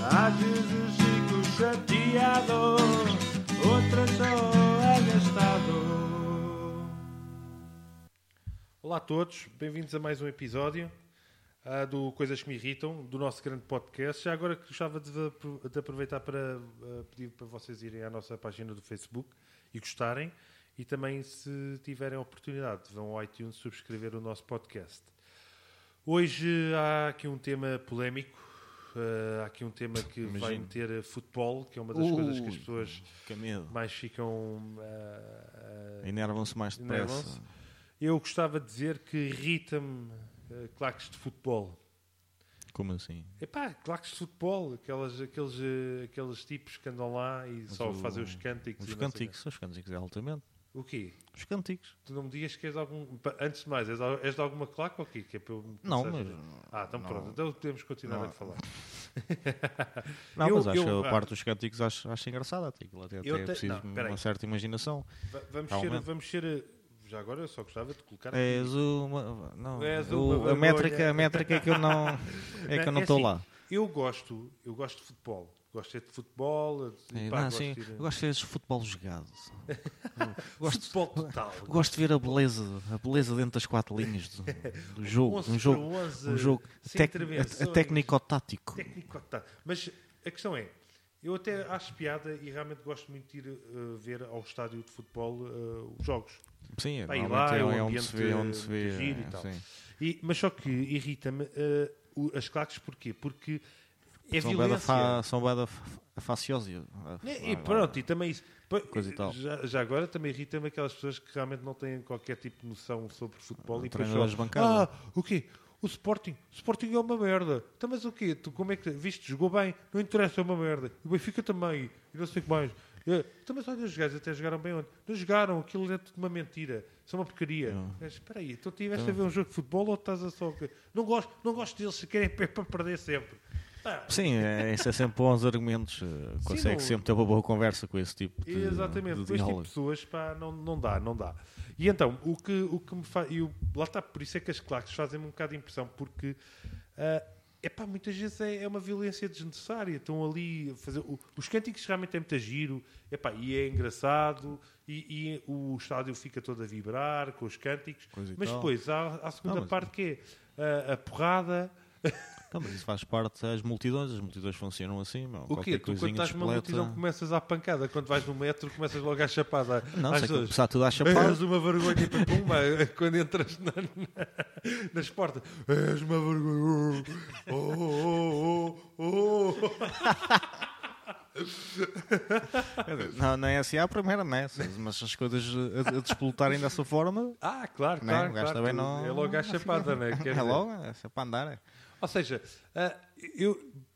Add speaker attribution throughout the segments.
Speaker 1: é Olá a todos, bem-vindos a mais um episódio ah, do Coisas que Me Irritam, do nosso grande podcast. Já agora gostava de, apro- de aproveitar para ah, pedir para vocês irem à nossa página do Facebook e gostarem. E também, se tiverem a oportunidade, vão ao iTunes subscrever o nosso podcast. Hoje há aqui um tema polémico, ah, há aqui um tema que vai
Speaker 2: Imagino.
Speaker 1: meter futebol, que é uma das
Speaker 2: Ui.
Speaker 1: coisas que as pessoas
Speaker 2: Que é medo.
Speaker 1: mais ficam ah, ah,
Speaker 2: Enervam-se mais
Speaker 1: Enervam-se.
Speaker 2: depressa.
Speaker 1: eu gostava de dizer que irrita-me eh, claques de futebol.
Speaker 2: Como assim?
Speaker 1: Epá, claques de futebol, aquelas, aqueles, eh, aqueles tipos que andam lá e só
Speaker 2: o-
Speaker 1: fazem os cânticos. e
Speaker 2: Os
Speaker 1: não sei
Speaker 2: cânticos, são os cânticos é altamente.
Speaker 1: O quê?
Speaker 2: Os cânticos.
Speaker 1: Tu não me digas que és de algum. pa- Antes de mais, és, al- és de alguma claque ou o quê? Que é para eu me
Speaker 2: Não,
Speaker 1: começar a
Speaker 2: mas-
Speaker 1: fazer? Ah, então
Speaker 2: não.
Speaker 1: pronto, então podemos continuar
Speaker 2: Não.
Speaker 1: a falar.
Speaker 2: Não,
Speaker 1: Eu-
Speaker 2: mas acho
Speaker 1: eu-
Speaker 2: que a parte dos cânticos acho, acho engraçada. Aquilo até, até
Speaker 1: Eu
Speaker 2: é
Speaker 1: te-
Speaker 2: preciso
Speaker 1: não, espera aí.
Speaker 2: uma certa imaginação.
Speaker 1: Va- Vamos ser,
Speaker 2: Calma.
Speaker 1: vamos ser. eh, Já agora eu só gostava de colocar.
Speaker 2: És uma. Não,
Speaker 1: És
Speaker 2: o-
Speaker 1: uma
Speaker 2: a,
Speaker 1: vergonha.
Speaker 2: métrica, a métrica é que eu não. É que eu
Speaker 1: Não, é
Speaker 2: não estou
Speaker 1: assim,
Speaker 2: lá.
Speaker 1: Eu gosto, eu gosto de futebol. Gosto de futebol.
Speaker 2: É,
Speaker 1: eh, pá,
Speaker 2: não,
Speaker 1: gosto
Speaker 2: assim,
Speaker 1: de ir-
Speaker 2: eu gosto de ver esse futebol jogado. gosto-
Speaker 1: futebol total.
Speaker 2: Gosto de ver a beleza, a beleza dentro das quatro linhas do, do jogo.
Speaker 1: 11
Speaker 2: um jogo,
Speaker 1: para 11,
Speaker 2: um jogo
Speaker 1: sem
Speaker 2: tec- a- a
Speaker 1: intervenções.
Speaker 2: técnico-tático.
Speaker 1: técnico tá. Mas a questão é, eu até acho piada e realmente gosto muito de ir eh, ver ao estádio de futebol eh, os jogos.
Speaker 2: Sim,
Speaker 1: Pá, e lá
Speaker 2: normalmente
Speaker 1: é um
Speaker 2: é, onde se vê,
Speaker 1: ambiente
Speaker 2: onde se vê.
Speaker 1: de giro e
Speaker 2: é,
Speaker 1: tal.
Speaker 2: sim.
Speaker 1: E- mas só que irrita-me eh, o- as claques porquê? Porque é
Speaker 2: são
Speaker 1: violência.
Speaker 2: bada fa, são bada fa- eh, faciosa.
Speaker 1: Né? E pronto, e também isso. Pa-
Speaker 2: Coisa e tal.
Speaker 1: Já, já agora também irrita-me aquelas pessoas que realmente não têm qualquer tipo de noção sobre futebol e depois
Speaker 2: treinadores
Speaker 1: falam,
Speaker 2: de bancada.
Speaker 1: Ah, o quê? O Sporting, o Sporting é uma merda. Então, mas o quê? Tu como é que viste? Jogou bem, não interessa, é uma merda. E o Benfica também, e não sei o que mais. É, Então, mas olha, os gajos até jogaram bem ontem. Não jogaram, aquilo é tudo uma mentira. Isso é uma porcaria. Mas espera aí, então estiveste a ver um jogo de futebol ou estás a só. Não gosto, não gosto deles, se querem pe- para perder sempre. Ah,
Speaker 2: Sim, é, isso é sempre bons argumentos. eh, Consegue
Speaker 1: não-
Speaker 2: sempre ter uma boa conversa com esse tipo de,
Speaker 1: Exatamente,
Speaker 2: de
Speaker 1: com este tipo
Speaker 2: diálogo.
Speaker 1: de pessoas pá, não, não dá, não dá. E então, o que, o que me faz. Lá está, por isso é que as claques fazem-me um bocado de impressão, porque é pá, muitas vezes é, é uma violência desnecessária. Estão ali a fazer. o- os cânticos realmente é muito giro, epá, e é engraçado, e, e o estádio fica todo a vibrar com os cânticos,
Speaker 2: Coisa e
Speaker 1: mas
Speaker 2: tal.
Speaker 1: depois há, há a segunda
Speaker 2: Não, mas-
Speaker 1: parte que é ah, a porrada.
Speaker 2: Não, Então, mas isso faz parte das multidões. As multidões funcionam assim. Meu,
Speaker 1: O quê?
Speaker 2: qualquer
Speaker 1: Tu quando
Speaker 2: coisinha
Speaker 1: estás numa
Speaker 2: despoleta-
Speaker 1: multidão começas à pancada, quando vais no metro começas logo à chapada.
Speaker 2: Não,
Speaker 1: às
Speaker 2: sei que
Speaker 1: pessoas.
Speaker 2: começar tudo à
Speaker 1: És
Speaker 2: chapada.
Speaker 1: uma vergonha e pumba, quando entras na- na- nas portas. És uma vergonha. Oh, oh, oh, oh, oh.
Speaker 2: Não, não é assim à primeira, não é? Mas as coisas eh, a, a despoltarem dessa forma,
Speaker 1: Ah, claro,
Speaker 2: Não é?
Speaker 1: claro.
Speaker 2: O gajo
Speaker 1: claro,
Speaker 2: também
Speaker 1: tu-
Speaker 2: não-
Speaker 1: É logo à chapada, né? Quer
Speaker 2: é
Speaker 1: dizer,
Speaker 2: logo, é só para andar. é.
Speaker 1: Ou seja, ah, eu,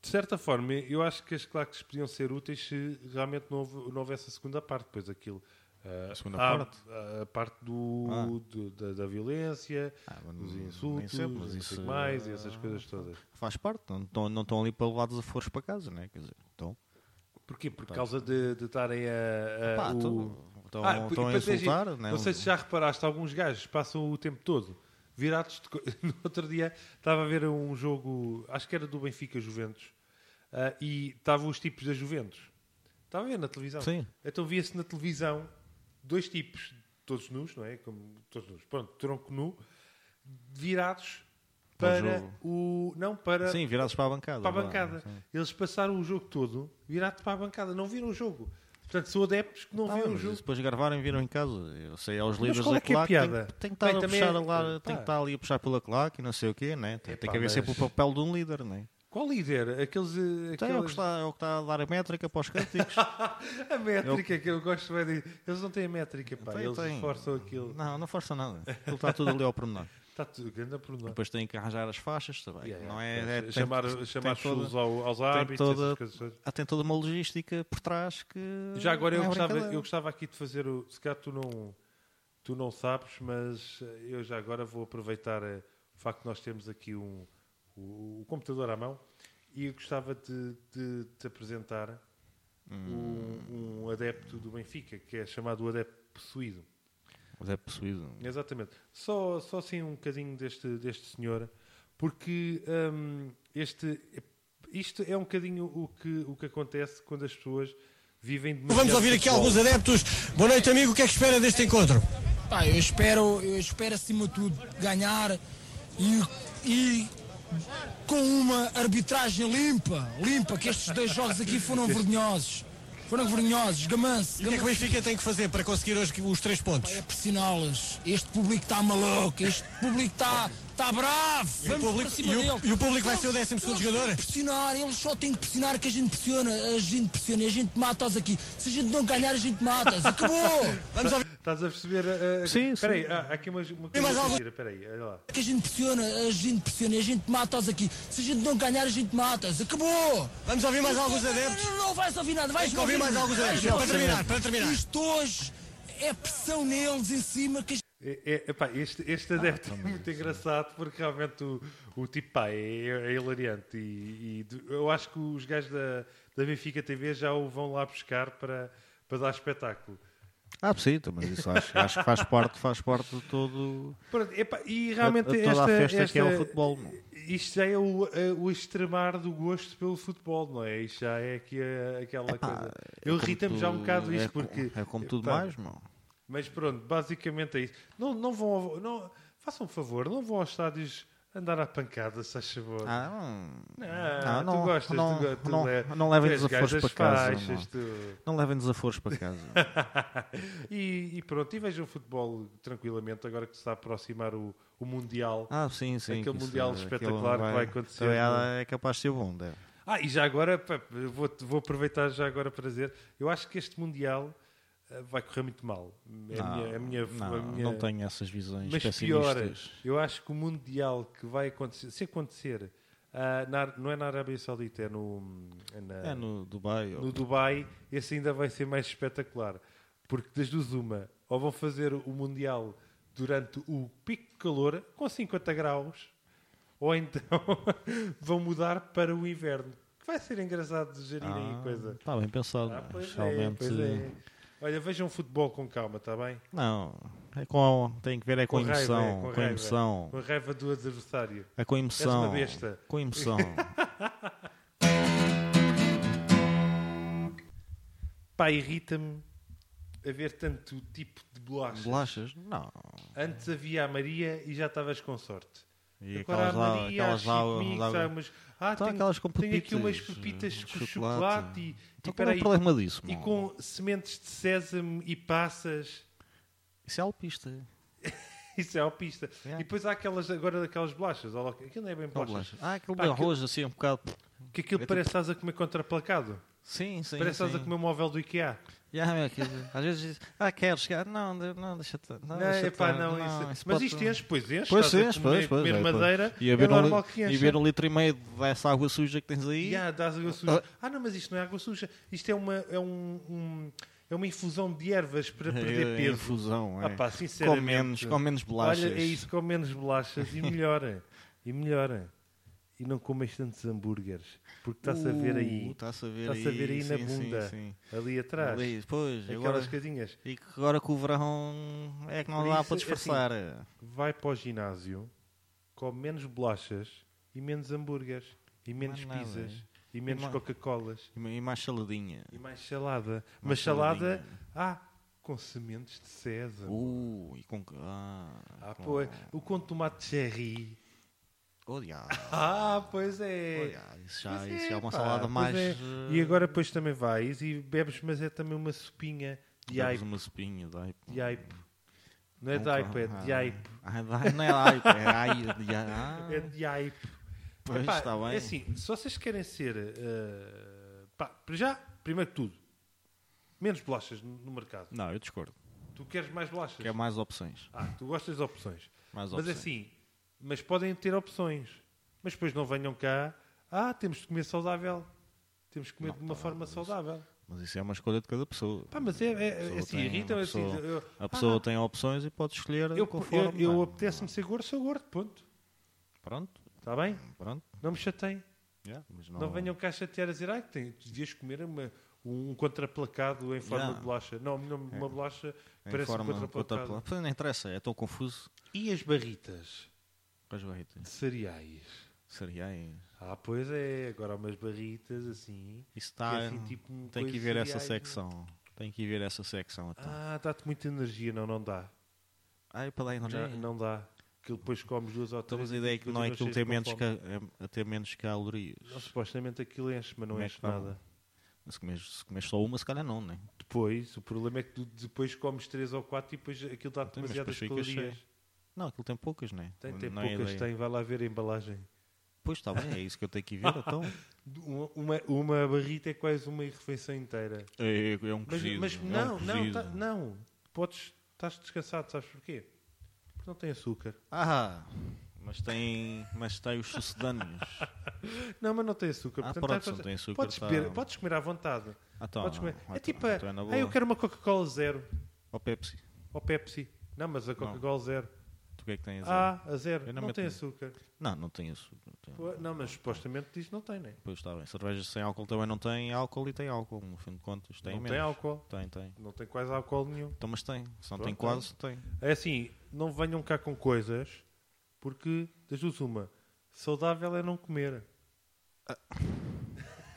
Speaker 1: de certa forma, eu acho que as claques podiam ser úteis se realmente não, houve, não houvesse a segunda parte, pois aquilo. ah,
Speaker 2: A segunda
Speaker 1: há-
Speaker 2: parte?
Speaker 1: A, parte do,
Speaker 2: Ah.
Speaker 1: do- da, da violência,
Speaker 2: Ah, mas
Speaker 1: dos
Speaker 2: nem
Speaker 1: insultos,
Speaker 2: sempre, mas
Speaker 1: não sei o
Speaker 2: isso- é
Speaker 1: que mais, e essas coisas todas.
Speaker 2: Faz parte. Não estão, não estão ali para levar desaforos para casa, não é? Quer dizer, estão.
Speaker 1: Porquê? Por causa de de estarem a. a-
Speaker 2: Pá,
Speaker 1: Eh, o-
Speaker 2: estão- estão
Speaker 1: Ah, e
Speaker 2: estão a
Speaker 1: depois é
Speaker 2: insultar,
Speaker 1: giro.
Speaker 2: né?
Speaker 1: Não sei se já reparaste, alguns gajos passam o tempo todo virados. De... co- No outro dia estava a ver um jogo, acho que era do Benfica Juventus, ah, e estavam os tipos da Juventus. Estava a ver na televisão.
Speaker 2: Sim.
Speaker 1: Então via-se na televisão dois tipos, todos nus, não é? Como, todos nus, pronto, tronco nu, virados
Speaker 2: Para o
Speaker 1: para
Speaker 2: jogo.
Speaker 1: o. Não, para
Speaker 2: Sim, virados para a bancada.
Speaker 1: Eh, para a
Speaker 2: vá,
Speaker 1: bancada.
Speaker 2: sim.
Speaker 1: Eles passaram o jogo todo virado para a bancada, não viram o jogo. Portanto, são adeptos que não
Speaker 2: Ah,
Speaker 1: viram o
Speaker 2: mas
Speaker 1: jogo.
Speaker 2: depois gravaram e viram em casa. Eu sei aos
Speaker 1: Mas
Speaker 2: livros
Speaker 1: qual
Speaker 2: da
Speaker 1: é que é a
Speaker 2: claque. Tem,
Speaker 1: piada?
Speaker 2: tem que estar
Speaker 1: Bem,
Speaker 2: a
Speaker 1: também
Speaker 2: puxar
Speaker 1: é-
Speaker 2: lá,
Speaker 1: pá.
Speaker 2: tem que estar ali a puxar pela claque e não sei o quê, né? Tem,
Speaker 1: Epá,
Speaker 2: tem que haver
Speaker 1: mas-
Speaker 2: sempre o papel de um líder, né?
Speaker 1: Qual líder? Aqueles. eh,
Speaker 2: Tem, é, o que
Speaker 1: aqueles...
Speaker 2: está, é o que está a dar a métrica para os cânticos.
Speaker 1: A métrica que eu gosto bem de... Eles não têm a métrica, pá.
Speaker 2: Tem,
Speaker 1: Eles
Speaker 2: tem.
Speaker 1: forçam aquilo.
Speaker 2: não, não força nada. Ele está tudo ali ao pormenor.
Speaker 1: Está tudo grande por nós.
Speaker 2: Depois tem que arranjar as faixas também. não é, é- tem-
Speaker 1: chamar
Speaker 2: tem
Speaker 1: chamar
Speaker 2: toda-
Speaker 1: todos ao, aos hábitos,
Speaker 2: toda-
Speaker 1: essas coisas todas.
Speaker 2: há- tem toda uma logística por trás que.
Speaker 1: Já agora eu
Speaker 2: não é
Speaker 1: gostava,
Speaker 2: brincadeira.
Speaker 1: eu gostava aqui de fazer o. Se calhar tu não, tu não sabes, mas eh, eu já agora vou aproveitar eh, o facto de nós termos aqui um, o, o computador à mão e eu gostava de, de te apresentar
Speaker 2: Hum.
Speaker 1: um, um adepto do Benfica, que é chamado o adepto possuído.
Speaker 2: Mas é possuído.
Speaker 1: Exatamente. Só, só assim um bocadinho deste, deste senhor, porque hum, este, isto é um bocadinho o que, o que acontece quando as pessoas vivem de
Speaker 3: Vamos ouvir aqui alguns adeptos. Boa noite, amigo. O que é que espera deste encontro? Pá, eu espero, eu espero acima de tudo ganhar e, e com uma arbitragem limpa, limpa, que estes dois jogos aqui foram vergonhosos. Foram vergonhosos, gamanço.
Speaker 4: E o que é que o Benfica tem que fazer para conseguir hoje os três pontos?
Speaker 3: É pressioná-los. Este público está maluco, este público está tá bravo.
Speaker 4: E o
Speaker 3: Vamos
Speaker 4: público-
Speaker 3: para cima
Speaker 4: e o-
Speaker 3: deles.
Speaker 4: e o público vai ser o
Speaker 3: Eles-
Speaker 4: 12º
Speaker 3: eles
Speaker 4: jogador?
Speaker 3: têm que Pressionar, eles só têm que pressionar que a gente pressiona, a gente pressiona, e a gente mata-os aqui. Se a gente não ganhar, a gente mata-os. Acabou!
Speaker 4: Vamos ouvir
Speaker 1: Estás a perceber? eh, eh,
Speaker 2: Sim,
Speaker 1: Espera aí, há há aqui uma, uma
Speaker 4: mais
Speaker 1: coisa
Speaker 4: algum-
Speaker 1: gira, espera aí, olha lá.
Speaker 3: Que a gente pressiona, a gente pressiona, e a gente mata-os aqui. Se a gente não ganhar, a gente mata-os. Acabou!
Speaker 4: vamos ouvir mais alguns adeptos.
Speaker 3: Não, não, não vais ouvir nada, vais
Speaker 4: Tem que ouvir mais alguns adeptos.
Speaker 3: vais
Speaker 4: Para terminar, para terminar.
Speaker 3: Isto hoje é pressão neles em cima que a
Speaker 1: É, é, epá, este,
Speaker 2: Ah,
Speaker 1: este adepto é muito engraçado porque realmente o, o tipo pá, é, é hilariante e, e de- eu acho que os gajos da, da Benfica TV já o vão lá buscar para, para dar espetáculo.
Speaker 2: Ah, sim, mas isso acho, acho que faz parte, faz parte de todo.
Speaker 1: Pronto, epá, e realmente
Speaker 2: a- toda
Speaker 1: esta,
Speaker 2: a festa
Speaker 1: esta-
Speaker 2: que é o futebol. não?
Speaker 1: Isto já é o, é o extremar do gosto pelo futebol, não é? Isto já é aqui a- aquela coisa. Eu
Speaker 2: é como
Speaker 1: irrita-me já um
Speaker 2: tudo-
Speaker 1: bocado isto
Speaker 2: é como-
Speaker 1: porque.
Speaker 2: É como tudo
Speaker 1: epá,
Speaker 2: mais, não?
Speaker 1: Mas pronto, basicamente é isso. Não, não vão. ao- Não, façam um favor, não vão aos estádios andar à pancada, se achas favor.
Speaker 2: Ah, não.
Speaker 1: Ah,
Speaker 2: não, não,
Speaker 1: tu gostas,
Speaker 2: não,
Speaker 1: tu, go- tu
Speaker 2: não,
Speaker 1: le-
Speaker 2: não levem
Speaker 1: tu és
Speaker 2: desaforos
Speaker 1: gajo das
Speaker 2: para casa,
Speaker 1: faixas,
Speaker 2: não. é?
Speaker 1: tu.
Speaker 2: Não levem desaforos para casa.
Speaker 1: E, e pronto, e vejam o futebol tranquilamente agora que se está a aproximar o, o Mundial.
Speaker 2: Ah, sim, sim.
Speaker 1: Aquele
Speaker 2: que é isso-
Speaker 1: Mundial
Speaker 2: aquele
Speaker 1: espetacular que vai acontecer
Speaker 2: também há-
Speaker 1: no-
Speaker 2: É capaz de ser bom, deve.
Speaker 1: Ah, e já agora, pá, eu vou, vou aproveitar já agora para dizer, eu acho que este Mundial eh, vai correr muito mal. É a minha, é a minha-
Speaker 2: não,
Speaker 1: a minha-
Speaker 2: não tenho essas visões
Speaker 1: Mas pior,
Speaker 2: pessimistas.
Speaker 1: eu acho que o Mundial que vai acontecer, se acontecer, ah, na Ar- não é na Arábia Saudita, é no, é na-
Speaker 2: É no Dubai. ou-
Speaker 1: no Dubai, esse ainda vai ser mais espetacular. Porque das duas uma, ou vão fazer o Mundial durante o pico de calor, com 50 graus, ou então vão mudar para o inverno. Que vai ser engraçado de gerir aí a
Speaker 2: Ah,
Speaker 1: coisa.
Speaker 2: Está bem pensado.
Speaker 1: Ah, pois é,
Speaker 2: realmente.
Speaker 1: pois é. Olha, vejam futebol com calma, está bem?
Speaker 2: Não, é com, tem que ver é com,
Speaker 1: Com raiva,
Speaker 2: emoção.
Speaker 1: é, com
Speaker 2: com,
Speaker 1: raiva.
Speaker 2: emoção.
Speaker 1: Com a raiva do adversário.
Speaker 2: É com emoção.
Speaker 1: uma besta.
Speaker 2: Com emoção.
Speaker 1: Pá, irrita-me haver tanto tipo de bolachas.
Speaker 2: Bolachas? Não.
Speaker 1: Antes havia a Maria e já estavas com sorte.
Speaker 2: E
Speaker 1: Agora
Speaker 2: aquelas
Speaker 1: há a
Speaker 2: lá,
Speaker 1: Maria,
Speaker 2: aquelas
Speaker 1: há
Speaker 2: lá,
Speaker 1: Chico Mix, há
Speaker 2: lá-
Speaker 1: umas... Ah,
Speaker 2: Então
Speaker 1: tem,
Speaker 2: aquelas com
Speaker 1: tem aqui
Speaker 2: pepitas,
Speaker 1: umas pepitas
Speaker 2: de
Speaker 1: com chocolate,
Speaker 2: chocolate
Speaker 1: e, e,
Speaker 2: Então qual é o
Speaker 1: peraí,
Speaker 2: problema disso?
Speaker 1: e
Speaker 2: mano?
Speaker 1: com sementes de sésamo e passas.
Speaker 2: Isso é alpista.
Speaker 1: Isso é alpista.
Speaker 2: É.
Speaker 1: E depois há aquelas, agora aquelas bolachas. Olha, lá, aquilo não é bem
Speaker 2: Não,
Speaker 1: bolachas.
Speaker 2: bolachas. Ah, aquele
Speaker 1: Pá,
Speaker 2: de
Speaker 1: aquilo-
Speaker 2: arroz assim, um bocado.
Speaker 1: Que aquilo
Speaker 2: É tipo-
Speaker 1: parece que estás a comer contraplacado.
Speaker 2: Sim, sim.
Speaker 1: parece que
Speaker 2: sim.
Speaker 1: estás a comer um móvel do IKEA.
Speaker 2: Yeah, é aquilo. Às vezes diz, ah, queres chegar? Não, de- não deixa te
Speaker 1: Não,
Speaker 2: é não, deixa
Speaker 1: epá,
Speaker 2: te-
Speaker 1: não, isso- é- Mas
Speaker 2: pode- um
Speaker 1: isto enche, pois enche.
Speaker 2: Pois
Speaker 1: estás a
Speaker 2: sim,
Speaker 1: comer-
Speaker 2: pois, pois.
Speaker 1: comer
Speaker 2: é, pois.
Speaker 1: madeira,
Speaker 2: E
Speaker 1: é
Speaker 2: beber um,
Speaker 1: normal
Speaker 2: li-
Speaker 1: que enche.
Speaker 2: e beber um litro e meio dessa água suja que tens aí.
Speaker 1: E há, dás água suja. Ah, não, mas isto não é água suja. Isto é uma, é um, um- é uma infusão de ervas para perder
Speaker 2: É, é
Speaker 1: peso.
Speaker 2: infusão, é.
Speaker 1: Ah, pá,
Speaker 2: com
Speaker 1: sinceramente.
Speaker 2: menos, com menos bolachas.
Speaker 1: Olha, é isso, com menos bolachas e melhora. e melhora. E não comas tantos hambúrgueres, porque está-se a ver aí,
Speaker 2: Uh, Está-se a ver aí,
Speaker 1: está-se a ver aí na
Speaker 2: sim,
Speaker 1: bunda,
Speaker 2: Sim, sim.
Speaker 1: ali atrás,
Speaker 2: Ali, pois,
Speaker 1: aquelas
Speaker 2: agora,
Speaker 1: casinhas.
Speaker 2: e que agora com o verão é que não
Speaker 1: Por
Speaker 2: dá
Speaker 1: isso,
Speaker 2: para
Speaker 1: é assim,
Speaker 2: disfarçar.
Speaker 1: Vai para o ginásio, come menos bolachas e menos hambúrgueres, e menos
Speaker 2: nada,
Speaker 1: pizzas,
Speaker 2: é.
Speaker 1: e menos
Speaker 2: mais-
Speaker 1: Coca-Colas.
Speaker 2: E ma- E mais saladinha.
Speaker 1: E mais salada. Mas
Speaker 2: saladinha.
Speaker 1: salada, ah, com sementes de sésamo.
Speaker 2: Uh, e com. Ah,
Speaker 1: Ah, pois. O com tomate cherry.
Speaker 2: Oh, diabo.
Speaker 1: Ah, pois
Speaker 2: Oh,
Speaker 1: é.
Speaker 2: diabo, Isso já,
Speaker 1: Pois
Speaker 2: isso já é uma
Speaker 1: pá,
Speaker 2: salada
Speaker 1: pois
Speaker 2: mais.
Speaker 1: é.
Speaker 2: eh,
Speaker 1: E agora depois também vais e bebes, mas é também uma sopinha de
Speaker 2: bebes
Speaker 1: aipo.
Speaker 2: uma sopinha de aipo.
Speaker 1: De aipo. Não é de
Speaker 2: Nunca-
Speaker 1: aipo, é de
Speaker 2: Ah,
Speaker 1: aipo.
Speaker 2: ah, de aipo, não é aipo, é aipo. de a-
Speaker 1: É
Speaker 2: Ah,
Speaker 1: de aipo.
Speaker 2: pois
Speaker 1: Epá,
Speaker 2: está bem.
Speaker 1: É assim, se vocês querem ser... eh, pá, para já, primeiro de tudo, menos bolachas no no mercado.
Speaker 2: Não, eu discordo.
Speaker 1: Tu queres mais bolachas?
Speaker 2: Quer mais opções.
Speaker 1: Ah, tu gostas de opções. Mas
Speaker 2: Mais opções.
Speaker 1: assim, mas podem ter opções. Mas depois não venham cá. Ah, temos de comer saudável. Temos de comer de uma forma saudável.
Speaker 2: Mas isso é uma escolha de cada pessoa.
Speaker 1: Pá, mas é, é- é
Speaker 2: pessoa
Speaker 1: assim,
Speaker 2: tem-
Speaker 1: irritam
Speaker 2: a
Speaker 1: assim.
Speaker 2: pessoa-
Speaker 1: eu-
Speaker 2: A pessoa
Speaker 1: ah,
Speaker 2: tem é? opções e pode escolher
Speaker 1: eu, eu,
Speaker 2: conforme.
Speaker 1: eu
Speaker 2: mano.
Speaker 1: apetece-me ser gordo, sou gordo, ponto.
Speaker 2: Pronto,
Speaker 1: Está bem?
Speaker 2: pronto.
Speaker 1: Não me chateiem.
Speaker 2: yeah, mas não,
Speaker 1: Não, venham cá chatear a dizer, ah, que tem- devias comer uma- um contraplacado em forma
Speaker 2: Não. É.
Speaker 1: de bolacha. Não, não, uma bolacha
Speaker 2: em
Speaker 1: parece
Speaker 2: forma
Speaker 1: um contraplacado.
Speaker 2: contrapla- Pois, Não interessa, é tão confuso.
Speaker 1: E as barritas
Speaker 2: Com as barritas.
Speaker 1: de cereais?
Speaker 2: Cereais.
Speaker 1: Ah, pois é, agora há umas barritas assim.
Speaker 2: Isso está.
Speaker 1: Que é assim, tipo, uma
Speaker 2: tem que
Speaker 1: coisa Ah,
Speaker 2: ir ver essa
Speaker 1: cereais, né?
Speaker 2: secção. Tem que ir ver essa secção. Então.
Speaker 1: Ah, dá-te muita energia, não, não dá.
Speaker 2: Ah, eu falei, não,
Speaker 1: Não, não dá. Que depois comes duas ou três.
Speaker 2: Temos a
Speaker 1: e
Speaker 2: ideia que não é
Speaker 1: continuas cheio
Speaker 2: aquilo ter
Speaker 1: de
Speaker 2: menos,
Speaker 1: fome.
Speaker 2: ca- a ter menos calorias.
Speaker 1: Não, supostamente aquilo enche, mas não
Speaker 2: Como é
Speaker 1: enche
Speaker 2: que não?
Speaker 1: nada.
Speaker 2: Se comes, se comes só uma, se calhar não, né?
Speaker 1: Depois, o problema é que tu depois comes três ou quatro e depois aquilo dá
Speaker 2: Sim, Então, mas
Speaker 1: demasiadas
Speaker 2: depois ficas
Speaker 1: calorias.
Speaker 2: Não, aquilo tem poucas, né?
Speaker 1: Tem, tem
Speaker 2: não é?
Speaker 1: poucas,
Speaker 2: ideia.
Speaker 1: tem. Vai lá ver a embalagem.
Speaker 2: Pois está bem, é isso que eu tenho que ver, então.
Speaker 1: Uma, uma, uma barrita é quase uma refeição inteira.
Speaker 2: É, é um
Speaker 1: Mas,
Speaker 2: cozido.
Speaker 1: mas
Speaker 2: é um
Speaker 1: não, não,
Speaker 2: cozido.
Speaker 1: tá- não. Podes, estás descansado, sabes porquê? Porque não tem açúcar.
Speaker 2: Ah, mas tem, mas tem os sucedâneos.
Speaker 1: Não, mas não tem açúcar.
Speaker 2: Ah,
Speaker 1: Ah, portanto,
Speaker 2: pronto,
Speaker 1: estás a
Speaker 2: não
Speaker 1: fazer-
Speaker 2: tem açúcar,
Speaker 1: Podes,
Speaker 2: tá.
Speaker 1: beber- podes comer à vontade.
Speaker 2: Ah, tá,
Speaker 1: Podes comer. é
Speaker 2: ah, tá,
Speaker 1: tipo,
Speaker 2: então é na
Speaker 1: ah,
Speaker 2: boa."
Speaker 1: eu quero uma Coca-Cola zero
Speaker 2: Ó Pepsi,
Speaker 1: ou Pepsi. Não, mas a Coca-Cola zero.
Speaker 2: tu o que é que tens aí?
Speaker 1: Ah, a zero.
Speaker 2: Eu
Speaker 1: Não,
Speaker 2: não meto
Speaker 1: tem
Speaker 2: nenhum.
Speaker 1: açúcar.
Speaker 2: Não, não tem açúcar. não tem.
Speaker 1: Pô, Não, mas supostamente diz que não tem, né?
Speaker 2: Pois está bem. Cervejas sem álcool também não tem álcool e tem álcool, no fim de contas. Tem
Speaker 1: Não
Speaker 2: menos.
Speaker 1: tem álcool.
Speaker 2: Tem, tem.
Speaker 1: Não tem quase álcool nenhum.
Speaker 2: Então, mas tem. Se não tem
Speaker 1: Pronto,
Speaker 2: quase, tem.
Speaker 1: É assim, não venham cá com coisas, porque, das duas uma, saudável é não comer.
Speaker 2: Ah.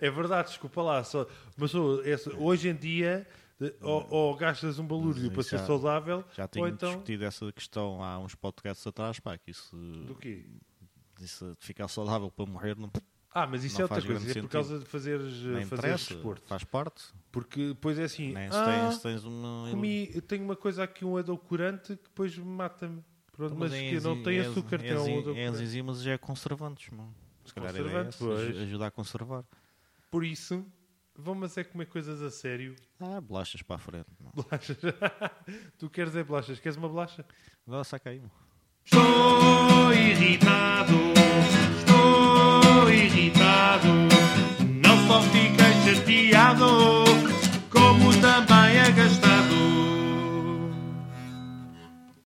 Speaker 1: é verdade, desculpa lá. Só, mas oh, essa- hoje em dia, de- ou, ou gastas um balúrdio
Speaker 2: Mas
Speaker 1: para
Speaker 2: isso
Speaker 1: ser
Speaker 2: já-
Speaker 1: saudável,
Speaker 2: Já um
Speaker 1: ou
Speaker 2: tinha
Speaker 1: então...
Speaker 2: discutido essa questão há uns podcasts atrás, pá, que isso,
Speaker 1: Do quê?
Speaker 2: isso de ficar saudável para morrer não,
Speaker 1: Ah, mas isso
Speaker 2: Não
Speaker 1: é outra
Speaker 2: faz
Speaker 1: coisa,
Speaker 2: grande
Speaker 1: isso é por
Speaker 2: sentido.
Speaker 1: causa de fazeres,
Speaker 2: não
Speaker 1: fazeres
Speaker 2: interessa,
Speaker 1: desporto.
Speaker 2: faz parte.
Speaker 1: Porque depois é assim,
Speaker 2: Né? Se,
Speaker 1: ah,
Speaker 2: tens, se tens uma...
Speaker 1: comi, eu tenho uma coisa aqui, um edulcorante, que depois mata-me. Pronto,
Speaker 2: Então,
Speaker 1: mas,
Speaker 2: é
Speaker 1: que não
Speaker 2: enzi-
Speaker 1: tem
Speaker 2: é
Speaker 1: açúcar,
Speaker 2: enzi-
Speaker 1: tem um
Speaker 2: é as
Speaker 1: edulcorante.
Speaker 2: enzimas já conservantes, mano. Se calhar a ideia é
Speaker 1: Conservante,
Speaker 2: essa, aj-
Speaker 1: pois.
Speaker 2: ajudar a conservar.
Speaker 1: Por isso, vamos é comer coisas a sério.
Speaker 2: Ah, bolachas para a frente, mano.
Speaker 1: Bolachas. tu queres é bolachas? Queres uma bolacha?
Speaker 2: Nossa, caiu.
Speaker 1: Estou irritado.